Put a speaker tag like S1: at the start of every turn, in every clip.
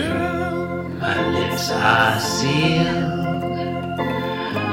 S1: Girl, my lips are sealed.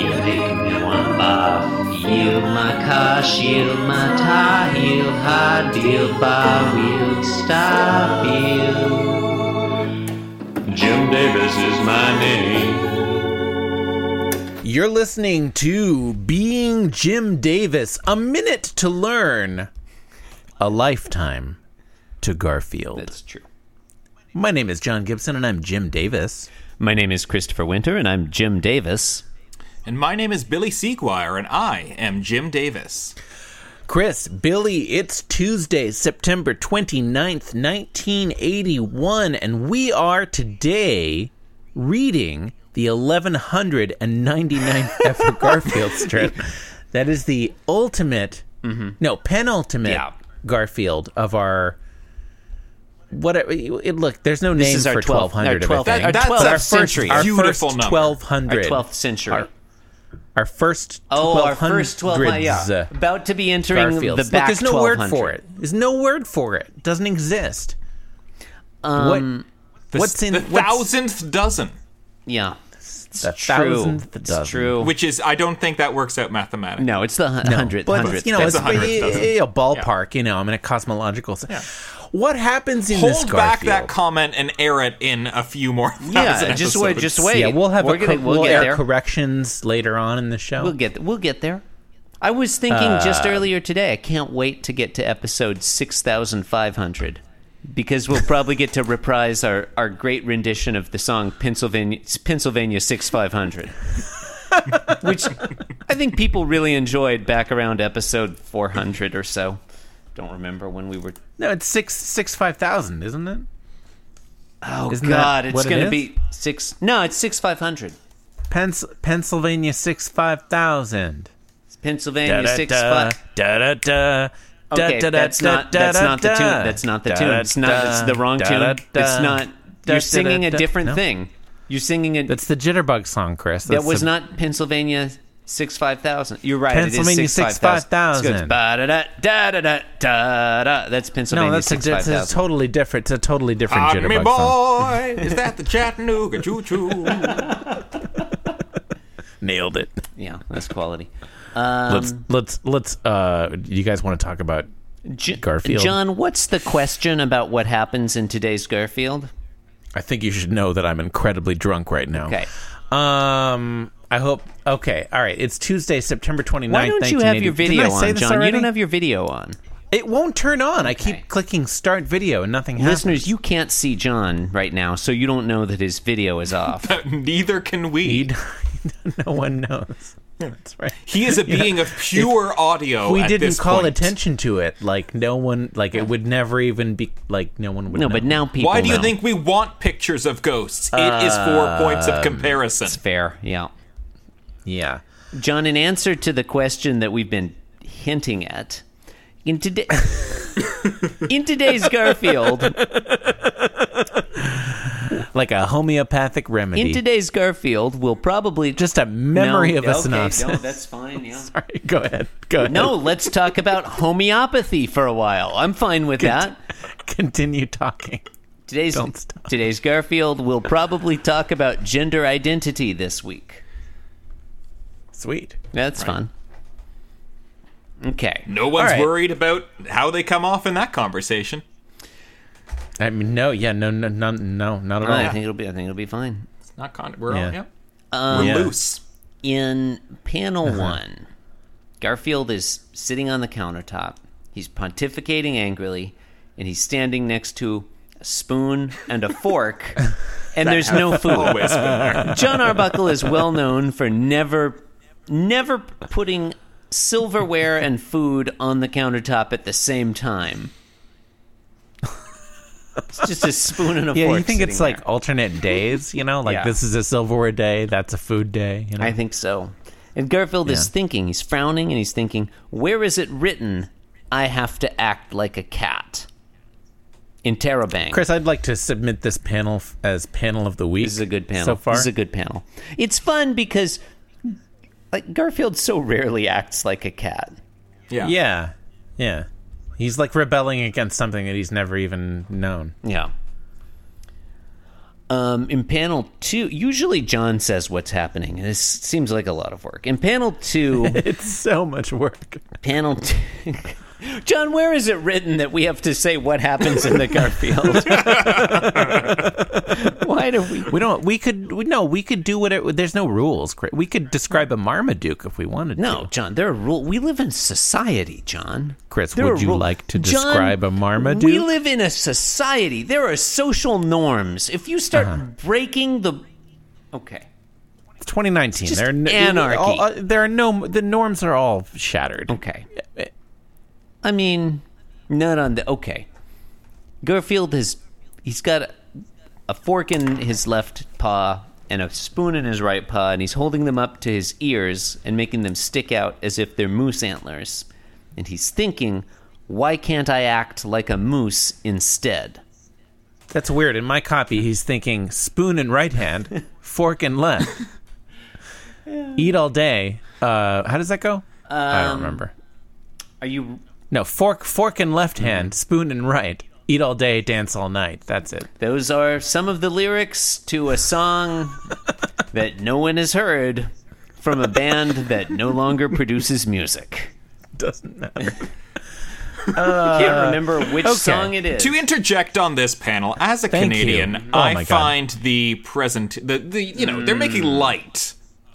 S1: You make me wanna barf. Yield my car, shield my tie, heel, hard deal, bar wheel, stop you. Jim Davis is my name.
S2: You're listening to Being Jim Davis, a minute to learn, a lifetime to Garfield.
S3: That's true.
S2: My name is John Gibson, and I'm Jim Davis.
S3: My name is Christopher Winter, and I'm Jim Davis.
S4: And my name is Billy Seaguire, and I am Jim Davis.
S2: Chris, Billy, it's Tuesday, September 29th, 1981, and we are today reading the 1199th ever Garfield strip. That is the ultimate, no, penultimate
S3: Mm-hmm. Yeah.
S2: Garfield of our. Whatever it look, there's no name
S3: is our
S2: for
S3: 12 our
S2: 1200.
S3: 12
S2: of it.
S3: Our
S4: that's
S3: 12th
S4: our
S2: Our first,
S3: century.
S2: our
S4: Beautiful
S2: first
S4: number.
S2: 1200.
S3: Our 12th century.
S2: Our, our first uh,
S3: oh, our first 12.
S2: 1200s.
S3: Yeah. About to be entering
S2: Garfields.
S3: the back
S2: Look, there's no word
S3: 1200.
S2: for it. There's no word for it. It Doesn't exist.
S4: The,
S2: Um, What's in-
S4: the
S2: what's-
S4: thousandth dozen?
S3: Yeah.
S2: It's
S3: True. That's true.
S4: Which is, I don't think that works out mathematically.
S3: no, it's the hun- hundredth.
S2: But
S3: hundredth.
S2: you know,
S4: That's
S2: it's
S4: a hundredth
S2: a,
S4: dozen.
S2: a, ballpark. You know, I'm in a cosmological. sense. What happens in this
S4: Hold back
S2: Garfield?
S4: that comment and air it in a few more.
S3: yeah,
S4: thousand
S3: just wait,
S4: episodes.
S3: just wait.
S2: yeah, we'll have
S3: We're
S2: a
S3: gonna-
S2: cor-
S3: we'll,
S2: we'll
S3: get
S2: air
S3: there.
S2: corrections later on in the show.
S3: We'll get we'll get there. Uh, I was thinking just earlier today. I can't wait to get to episode six thousand five hundred because we'll probably get to reprise our, our great rendition of the song Pennsylvania Pennsylvania six five hundred, which I think people really enjoyed back around episode four hundred or so. Don't remember when we were.
S2: no, it's six six five thousand, isn't it?
S3: Oh
S2: Isn't that
S3: God, it's
S2: what it
S3: going to
S2: is?
S3: be six. No, it's six five hundred.
S2: Pens- Pennsylvania six five thousand.
S3: It's Pennsylvania six five.
S2: da da da.
S3: Okay, that's not that's not the tune. That's not the tune. It's not. It's the wrong tune. It's not. You're singing a different thing. You're singing a.
S2: That's the Jitterbug song, Chris.
S3: That
S2: That's
S3: was
S2: the-
S3: not Pennsylvania six five thousand. You're right. it
S2: Pennsylvania
S3: is six five
S2: 65,000.
S3: thousand. Da da da da da da da. That's Pennsylvania
S2: No, that's a,
S3: six
S2: that's a totally different. It's a totally different
S4: Ah, me
S2: Jitterbug song.
S4: boy, is that the Chattanooga choo choo?
S2: Nailed it.
S3: Yeah, that's quality.
S2: let's
S3: Um,
S2: let's let's. Uh, do you guys want to talk about?
S3: J-
S2: Garfield.
S3: John, what's the question about what happens in today's Garfield?
S2: I think you should know that I'm incredibly drunk right now.
S3: Okay.
S2: Um. I hope. Okay. All right. It's Tuesday, September 29th.
S3: Why don't you have your
S2: 1980.
S3: video
S2: Didn't I say
S3: on,
S2: this
S3: John? You
S2: already?
S3: don't have your video on.
S2: It won't turn on. I
S3: Okay.
S2: keep clicking start video and nothing happens.
S3: Listeners, you can't see John right now, so you don't know that his video is off.
S4: Neither can we.
S2: He- no one knows. That's right.
S4: He is a being of pure audio.
S2: we
S4: at
S2: didn't
S4: this
S2: call
S4: point.
S2: attention to it. Like no one. Like it would never even be. Like no one would.
S3: No,
S2: know.
S3: but now people.
S4: Why do you
S3: know.
S4: think we want pictures of ghosts? it is four points of
S3: Um,
S4: comparison.
S3: it's fair? Yeah,
S2: Yeah.
S3: John. In answer to the question that we've been hinting at, in today, in today's Garfield,
S2: Like a homeopathic remedy.
S3: in today's Garfield, we'll probably
S2: Just a memory
S3: No,
S2: of a
S3: okay,
S2: synopsis.
S3: No, that's fine. Yeah.
S2: Sorry, go ahead. Go ahead.
S3: No, let's talk about homeopathy for a while. I'm fine with that.
S2: Continue talking.
S3: Today's
S2: Don't stop.
S3: today's Garfield will probably talk about gender identity this week.
S2: Sweet.
S3: That's fun. Okay.
S4: No one's
S3: All right.
S4: worried about how they come off in that conversation.
S2: I mean, no, yeah, no, no, no, no not at all.
S3: I think it'll be. I think it'll be fine.
S4: It's not con. We're
S2: Yeah.
S4: all yeah. Um, We're
S2: Yeah.
S4: loose.
S3: In panel
S4: Uh-huh.
S3: one, Garfield is sitting on the countertop. He's pontificating angrily, and he's standing next to a spoon and a fork, and there's no food.
S4: Always been there.
S3: John Arbuckle is well known for never, never putting silverware and food on the countertop at the same time. It's just a spoon and a
S2: Yeah,
S3: fork.
S2: you think
S3: sitting
S2: it's like
S3: there.
S2: alternate days, you know? Like
S3: Yeah.
S2: this is a silverware day, that's a food day, you know?
S3: I think so. And Garfield is
S2: Yeah.
S3: thinking. He's frowning and he's thinking. Where is it written? I have to act like a cat. In Terabang.
S2: Chris, I'd like to submit this panel f- as panel of the week.
S3: This is a good panel.
S2: So far,
S3: This is a good panel. It's fun because like Garfield so rarely acts like a cat.
S4: Yeah.
S2: yeah, yeah. He's like rebelling against something that he's never even known.
S3: Yeah. Um, in panel two, usually John says what's happening. This seems like a lot of work. In panel two,
S2: It's so much work.
S3: panel two. John, where is it written that we have to say what happens in the Garfield? Why do we?
S2: We don't. We could. We, no, we could do whatever. There's no rules. Cra- We could describe a Marmaduke if we wanted.
S3: No, John, there are rules. We live in society, John.
S2: Chris,
S3: There
S2: would
S3: are
S2: you
S3: rule-
S2: like to
S3: John,
S2: describe a Marmaduke?
S3: We live in a society. There are social norms. If you start
S2: Uh-huh.
S3: breaking the. Okay.
S2: to. 2019.
S3: Just
S2: there are no,
S3: anarchy.
S2: all- uh, there are no. The norms are all shattered.
S3: Okay. I mean, not on the okay. Garfield has he's got a, a fork in his left paw and a spoon in his right paw, and he's holding them up to his ears and making them stick out as if they're moose antlers. And he's thinking, why can't I act like a moose instead?
S2: That's weird. In my copy, he's thinking spoon in right hand, fork in left. Eat all day. Uh, how does that go? I
S3: Um,
S2: don't remember.
S3: Are you
S2: No, fork fork in left hand, spoon in right. Eat all day, dance all night. That's it.
S3: Those are some of the lyrics to a song that no one has heard from a band that no longer produces music.
S2: Doesn't matter. Uh,
S3: I can't remember which
S2: okay.
S3: song it is.
S4: To interject on this panel, as a
S2: Thank you.
S4: Canadian,
S2: Oh
S4: I
S2: my God. Mm.
S4: find the present the, the you know, they're making light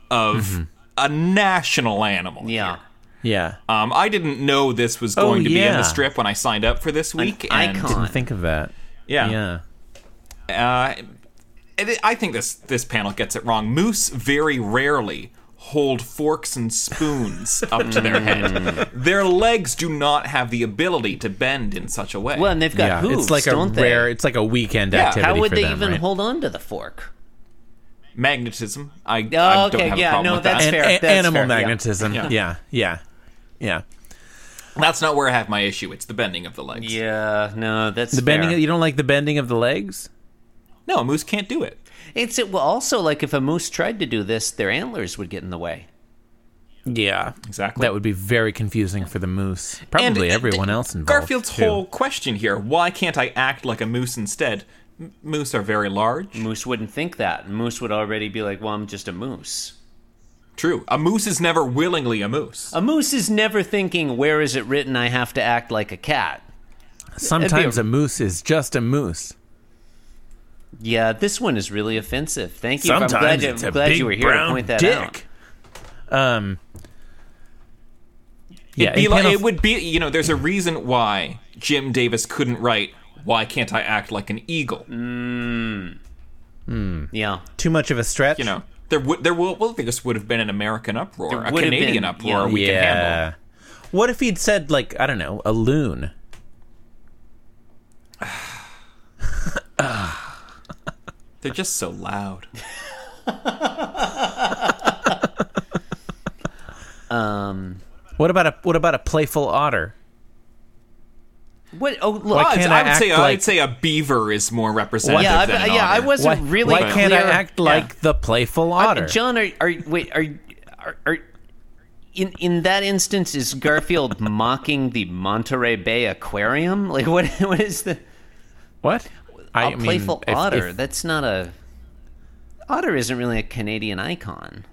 S4: of a national animal.
S3: yeah.
S2: Mm-hmm. Yeah. Oh,
S4: Um, I didn't know this was going to be in
S2: yeah.
S4: the strip when I signed up for this week. and-
S3: icon.
S2: Didn't think of that.
S4: Yeah.
S2: Yeah.
S4: Uh, it, I think this this panel gets it wrong. Moose very rarely hold forks and spoons up to their head. Their legs do not have the ability to bend in such a way.
S3: Well, and they've got
S2: yeah.
S3: hooves,
S2: it's like a
S3: don't they?
S2: rare. It's like a weekend
S4: Yeah.
S2: activity.
S3: How would
S2: for
S3: they
S2: them,
S3: even
S2: right?
S3: hold on to the fork?
S4: magnetism. I, I
S3: Oh,
S4: don't
S3: okay,
S4: have a
S3: yeah,
S4: problem
S3: no,
S4: with
S3: that's
S4: that.
S2: An-
S3: fair.
S2: a-
S3: That's
S2: animal
S3: fair. Yeah.
S2: magnetism.
S4: Yeah.
S2: Yeah. Yeah. Yeah.
S4: That's not where I have my issue. It's the bending of the legs.
S3: Yeah, no, that's
S2: The bending. You don't like the bending of the legs?
S4: No, a moose can't do it.
S3: It's it, well, also like if a moose tried to do this, their antlers would get in the way.
S2: Yeah.
S4: Exactly.
S2: That would be very confusing for the moose. Probably
S4: And, uh,
S2: everyone else involved.
S4: Garfield's
S2: too.
S4: whole question here: Why can't I act like a moose instead? M- moose are very large.
S3: Moose wouldn't think that. Moose would already be like, "Well, I'm just a moose."
S4: True. A moose is never willingly a moose.
S3: A moose is never thinking, "Where is it written? I have to act like a cat."
S2: Sometimes a moose is just a moose.
S3: Yeah, this one is really offensive. Thank you.
S2: Sometimes
S3: I'm glad, you-
S2: it's
S3: I'm
S2: a
S3: glad
S2: big
S3: you were here to
S2: brown
S3: point that out.
S2: dick. Um. Yeah,
S4: It'd be
S2: in
S4: like,
S2: panel-
S4: it would be, you know, there's a reason why Jim Davis couldn't write, Why Can't I Act Like an Eagle?
S3: Yeah,
S2: too much of a stretch.
S4: You know, there would, there will, well, this would have been an American uproar, a
S3: would have
S4: Canadian
S3: been, yeah.
S4: uproar we could handle.
S2: yeah. What if he'd said like I don't know a loon?
S4: They're just so loud.
S2: What about a what about a playful otter?
S3: What? Oh, look.
S2: Why
S4: I'd,
S2: can't
S4: I
S2: I
S4: would say,
S2: act like-
S4: I'd say a beaver is more representative
S3: yeah,
S4: than
S3: I,
S4: an
S3: yeah. I
S4: otter.
S3: wasn't
S2: why,
S3: really.
S2: why can't I
S3: clear.
S2: act like the playful otter?
S3: John? Are, are wait? Are are, are in in that instance is Garfield mocking the Monterey Bay Aquarium? Like what? What is the
S2: what? I
S3: a
S2: mean,
S3: playful
S2: if- if-
S3: otter? That's not a otter. Isn't really a Canadian icon.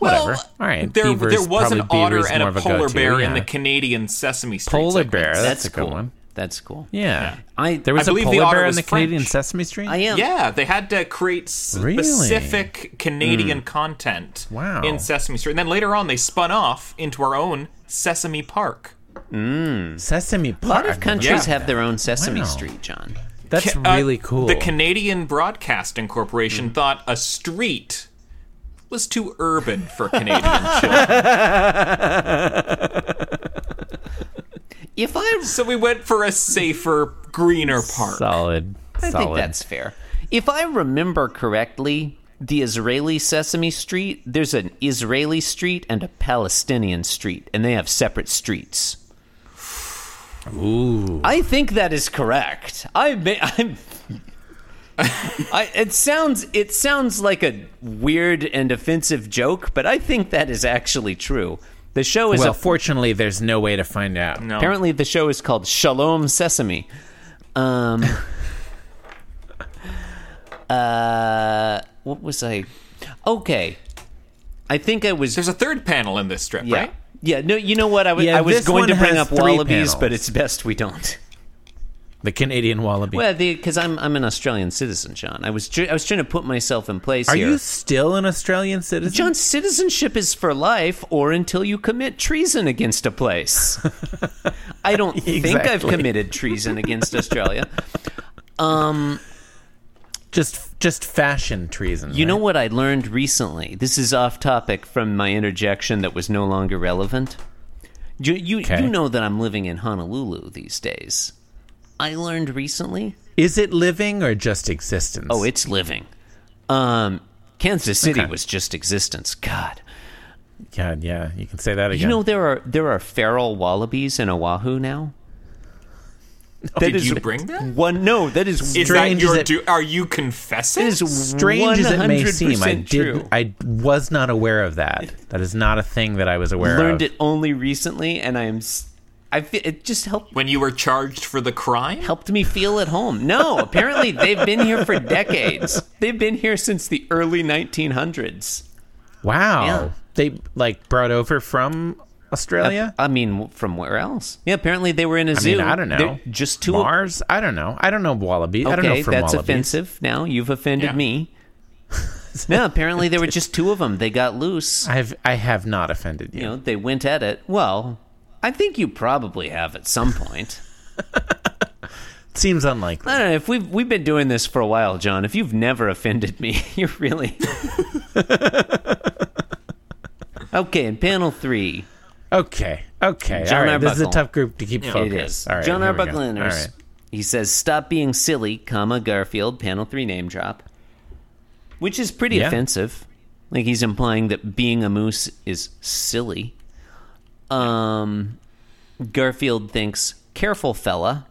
S2: whatever.
S4: Well,
S2: All right.
S4: There,
S2: beaver's
S4: there was an
S2: probably-
S4: otter
S2: beaver's
S4: and
S2: more of
S4: a polar
S2: go-to,
S4: bear in
S2: yeah.
S4: the Canadian Sesame Street.
S2: polar
S4: segment.
S2: bear. That's, a good
S3: cool.
S2: one.
S3: That's cool.
S2: Yeah.
S3: I
S2: There was a
S4: believe the
S2: polar
S4: otter
S2: bear in
S4: was
S2: the Canadian
S4: French.
S2: Sesame Street.
S3: I am.
S4: Yeah, they had to create
S2: Really?
S4: specific Canadian content
S2: Wow.
S4: in Sesame Street. And then later on, they spun off into our own Sesame Park.
S2: Sesame
S3: A
S2: Park.
S3: lot of countries
S4: Yeah.
S3: have their own Sesame
S2: Wow.
S3: Street, John.
S2: That's
S4: Ca- uh,
S2: really cool.
S4: The Canadian Broadcasting Corporation thought a street was too urban for Canadian children.
S3: If I
S4: So we went for a safer, greener park.
S2: solid.
S3: I
S2: solid.
S3: think that's fair. If I remember correctly, the Israeli Sesame Street, there's an Israeli street and a Palestinian street, and they have separate streets.
S2: Ooh.
S3: I think that is correct. I may, I'm. I, it sounds it sounds like a weird and offensive joke, but I think that is actually true. The show is
S2: Well,
S3: a
S2: fortunately, there's no way to find out.
S4: No.
S3: Apparently, the show is called Shalom Sesame. Um, Uh, what was I? Okay, I think I was.
S4: There's a third panel in this strip,
S3: yeah,
S4: right?
S3: yeah. No, you know what? I was.
S2: Yeah,
S3: I was
S2: this
S3: going
S2: one
S3: to bring
S2: has
S3: up
S2: three
S3: wallabies, but
S2: panels.
S3: it's best we don't.
S2: The Canadian wallaby.
S3: Well, because I'm I'm an Australian citizen, John. I was tr- I was trying to put myself in place
S2: Are
S3: here.
S2: you still an Australian citizen?
S3: John, citizenship is for life or until you commit treason against a place. I don't think I've
S2: Exactly.
S3: committed treason against Australia.
S2: just just fashion treason.
S3: You know what I learned recently? This is off topic from my interjection that was no longer relevant. You, you,
S2: Okay.
S3: you know that I'm living in Honolulu these days. I learned recently.
S2: is it living or just existence?
S3: Oh, it's living. Um, Kansas City
S2: Okay.
S3: was just existence. God.
S2: yeah, yeah. You can say that again.
S3: You know there are there are feral wallabies in Oahu now. That
S4: Did
S3: is
S4: you bring them?
S3: One no, that is
S4: Is
S2: Strange
S4: that your
S2: as it-
S4: do? Are you confessing?
S3: That is
S2: strange as it may seem, I
S3: 100%
S2: did.
S3: true.
S2: I was not aware of that. That is not a thing that I was aware
S3: learned
S2: of.
S3: it only recently, and I am. s- I fe- it just helped
S4: when you were charged for the crime?
S3: helped me feel at home. No, apparently they've been here for decades. They've been here since the early 1900s.
S2: Wow.
S3: Yeah.
S2: They like brought over from Australia.
S3: I mean, from where else? Yeah, apparently they were in a
S2: I
S3: zoo.
S2: mean, I don't know.
S3: They're just two.
S2: Mars. I don't know. I don't know wallaby.
S3: Okay,
S2: I don't know from
S3: that's
S2: wallaby.
S3: offensive. Now you've offended
S4: Yeah.
S3: me. no, apparently there were just two of them. They got loose.
S2: I've I have not offended you.
S3: you know, they went at it. Well, I think you probably have at some point.
S2: Seems unlikely.
S3: I don't know if we've we've been doing this for a while, John. If you've never offended me, you're really okay. In panel three,
S2: Okay. Okay.
S3: John
S2: All right. This is a
S3: Arbuckle.
S2: tough group to keep
S3: it
S2: focused.
S3: is
S2: All right.
S3: John
S2: here we go.
S3: Arbuckle enters.
S2: All right.
S3: He says, "Stop being silly, comma Garfield." Panel three name drop, which is pretty
S2: Yeah.
S3: offensive. Like he's implying that being a moose is silly. Um, Garfield thinks, "Careful, fella."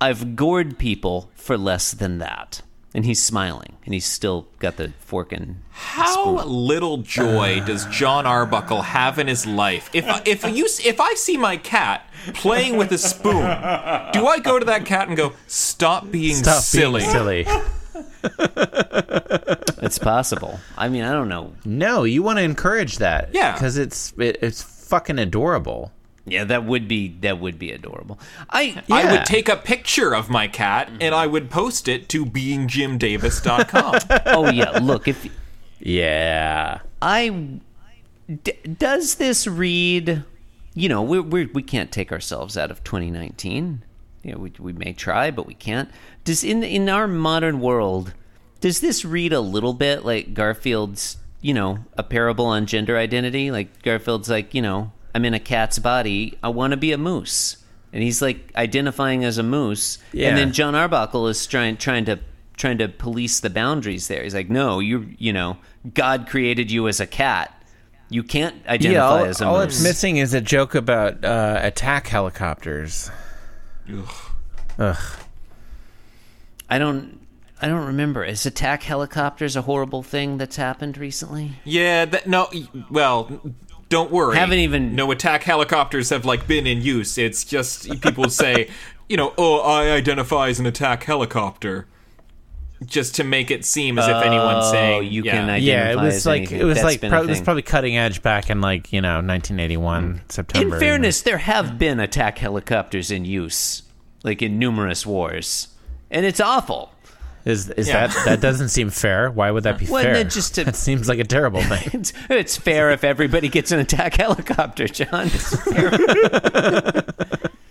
S3: I've gored people for less than that. And he's smiling, and he's still got the fork in.
S4: How little joy does John Arbuckle have in his life? If I- if you s- if I see my cat playing with a spoon, do I go to that cat and go, "Stop being
S2: Stop
S4: silly"?
S2: being silly.
S3: It's possible. I mean, I don't know.
S2: no, you want to encourage that.
S4: Yeah.
S2: Because it's it, it's fucking adorable.
S3: Yeah, that would be that would be adorable. I
S4: I
S2: Yeah.
S4: would take a picture of my cat and I would post it to beingjimdavis.com.
S3: oh yeah. Look, if
S2: Yeah.
S3: I d- does this read? You know, we we we can't take ourselves out of 2019. You know, we we may try, but we can't. Does in in our modern world, does this read a little bit like Garfield's? You know, a parable on gender identity. Like Garfield's, like you know, I'm in a cat's body. I want to be a moose, and he's like identifying as a moose.
S2: Yeah.
S3: And then John Arbuckle is trying trying to trying to police the boundaries there. He's like, no, you you know, God created you as a cat. You can't identify
S2: Yeah. All,
S3: as a
S2: all
S3: moose.
S2: it's missing is a joke about uh, attack helicopters.
S3: I don't I don't remember. Is attack helicopters a horrible thing that's happened recently?
S4: yeah, that, no, well, don't worry.
S3: Haven't even-
S4: no attack helicopters have like been in use. It's just people say, you know, oh, I identify as an attack helicopter, just to make it seem as if anyone's saying
S3: Oh, you
S4: yeah.
S3: can identify
S2: yeah, it was
S3: as
S2: like
S3: anything.
S2: it was
S3: That's
S2: like
S3: been a
S2: prob- it was
S3: thing.
S2: probably cutting edge back in like you know 1981 September.
S3: In fairness, there have been attack helicopters in use, like in numerous wars, and it's awful.
S2: is is
S4: Yeah.
S2: that that doesn't seem fair? Why would that be
S3: Well,
S2: fair?
S3: no, just to-
S2: that seems like a terrible thing.
S3: It's, it's fair if everybody gets an attack helicopter, John. It's fair.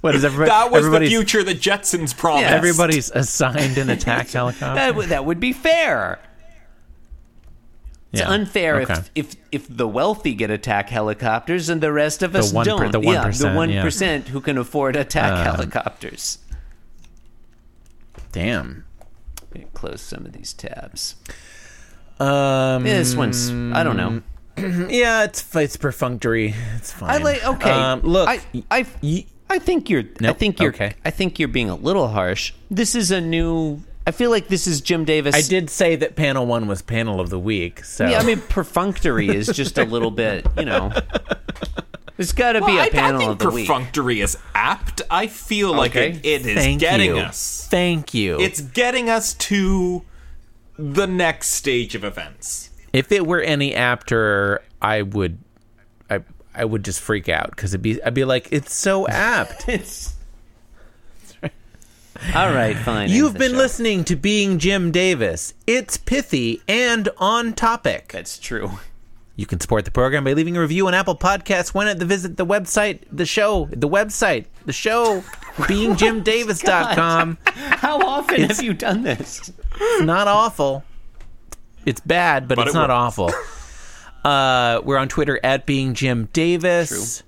S2: What is everybody?
S4: That was the
S2: everybody's,
S4: future the Jetsons promised.
S3: Yeah.
S2: Everybody's assigned an attack helicopter.
S3: that, would- that would be fair. It's
S2: Yeah.
S3: unfair
S2: Okay.
S3: if, if if the wealthy get attack helicopters and the rest of us
S2: one per-
S3: don't.
S2: the
S3: yeah, the
S2: 1%,
S3: one
S2: yeah. Uh,
S3: who can afford attack helicopters.
S2: Damn.
S3: Let me Close some of these tabs.
S2: Um,
S3: Yeah, this one's I don't know.
S2: yeah, it's it's perfunctory. It's fine.
S3: I like okay.
S2: Um, look,
S3: I I,
S2: y-
S3: I think you're I
S2: Nope,
S3: think you're
S2: okay.
S3: I think you're being a little harsh. This is a new. I feel like this is Jim Davis.
S2: I did say that panel one was panel of the week. So
S3: Yeah, I mean perfunctory is just a little bit. You know, there's got to
S4: Well,
S3: be
S4: I,
S3: a
S4: I
S3: panel
S4: think
S3: of the week.
S4: perfunctory is apt. I feel like
S3: Okay.
S4: it, it is
S2: thank
S4: getting
S2: you.
S4: us.
S2: Thank you.
S4: It's getting us to the next stage of events.
S2: If it were any after, I would, I I would just freak out because it'd be I'd be like, it's so apt.
S3: All right, fine. end
S2: You've
S3: the
S2: been
S3: show.
S2: listening to Being Jim Davis. It's pithy and on topic.
S3: That's true.
S2: You can support the program by leaving a review on Apple Podcasts. Why not the visit the website, the show, the website, the show, beingjimdavis.com.
S3: How often have you done this?
S2: It's not awful. It's bad, but,
S4: But
S2: it's
S4: it
S2: not
S4: works.
S2: awful. Uh, we're on Twitter at being Jim Davis.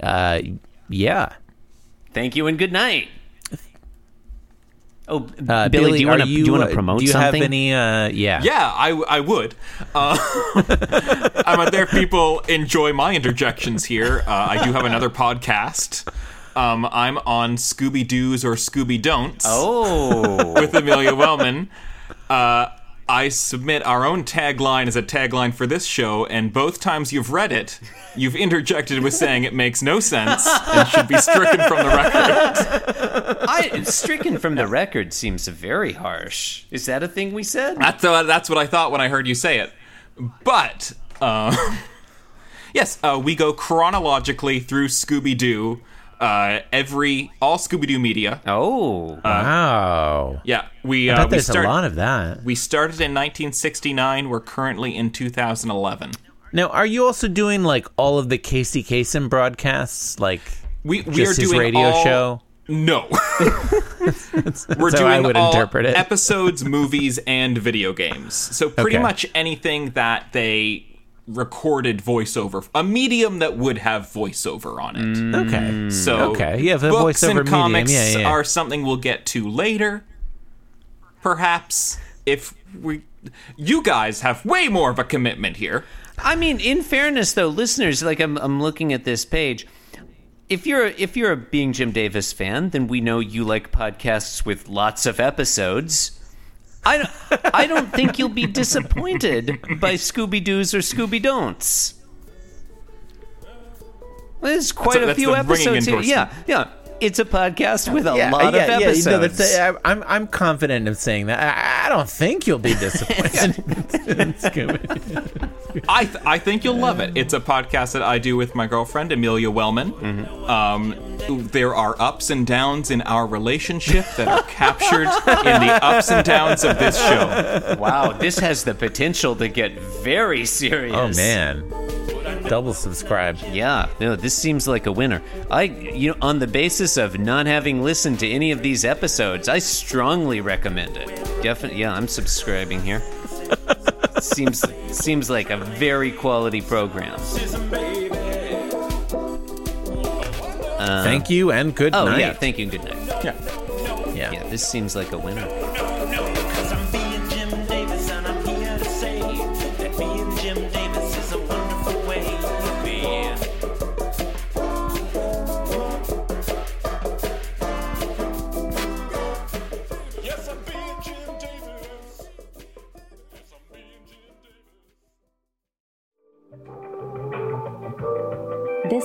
S2: Uh, yeah.
S3: Thank you and good night. Oh,
S2: Uh,
S3: Billy, do you
S2: are
S3: want to do you want
S2: uh,
S3: to promote
S2: Do you
S3: something?
S2: have any? Uh, yeah.
S4: Yeah, I, I would. Uh, I'm out there. if People enjoy my interjections here. Uh, I do have another podcast. Um, I'm on Scooby Doo's or Scooby Don'ts
S3: Oh,
S4: with Amelia Wellman. Uh, I submit our own tagline as a tagline for this show, and both times you've read it, you've interjected with saying it makes no sense and should be stricken from the record.
S3: I, stricken from the record seems very harsh. Is that a thing we said?
S4: That's uh, that's what I thought when I heard you say it. But uh, yes, uh, we go chronologically through Scooby Doo. Uh, every all Scooby Doo media.
S3: Oh,
S4: Uh.
S2: Wow.
S4: Yeah, we
S2: I
S4: uh,
S2: bet
S4: we
S2: there's
S4: start,
S2: a lot of that.
S4: we started in 1969. We're currently in 2011.
S2: Now, are you also doing like all of the Casey Kasem broadcasts? Like
S4: We we
S2: just
S4: are
S2: his
S4: doing
S2: radio
S4: all-
S2: show?
S4: No, we're
S2: how
S4: doing
S2: I would
S4: all
S2: interpret it.
S4: episodes, movies, and video games. So pretty
S2: Okay.
S4: much anything that they recorded voiceover, a medium that would have voiceover on it.
S2: Okay.
S4: So
S2: Mm, Okay, yeah, the
S4: books
S2: voiceover
S4: and
S2: medium,
S4: comics
S2: yeah, yeah, yeah.
S4: are something we'll get to later. Perhaps if we, you guys have way more of a commitment here.
S3: I mean, in fairness, though, listeners, like I'm, I'm looking at this page. If you're if you're a being Jim Davis fan, then we know you like podcasts with lots of episodes. I don't, I don't think you'll be disappointed by Scooby Doo's or Scooby Don'ts. There's quite a
S4: that's
S3: few
S4: the ringing
S3: episodes here. Yeah, yeah. It's a podcast with a lot of episodes.
S2: no, that's- I- I'm, I'm confident of saying that. I, I don't think you'll be disappointed. It's good.
S4: I th- I think you'll love it. It's a podcast that I do with my girlfriend Amelia Wellman. Um, there are ups and downs in our relationship that are captured in the ups and downs of this show.
S3: wow, this has the potential to get very serious.
S2: Oh man, double subscribe.
S3: Yeah, no, this seems like a winner. I, you know, on the basis of not having listened to any of these episodes, I strongly recommend it. Definitely, yeah, I'm subscribing here. seems seems like a very quality program.
S2: Thank you and good
S3: Oh
S2: night.
S3: yeah, thank you and good night.
S2: yeah.
S3: Yeah, this seems like a winner.
S5: Cause I'm being Jim Davis and I'm here to say that being Jim Davis is a wonderful way to be. Yes, I'm being Jim Davis. Yes, I'm being Jim Davis.
S6: This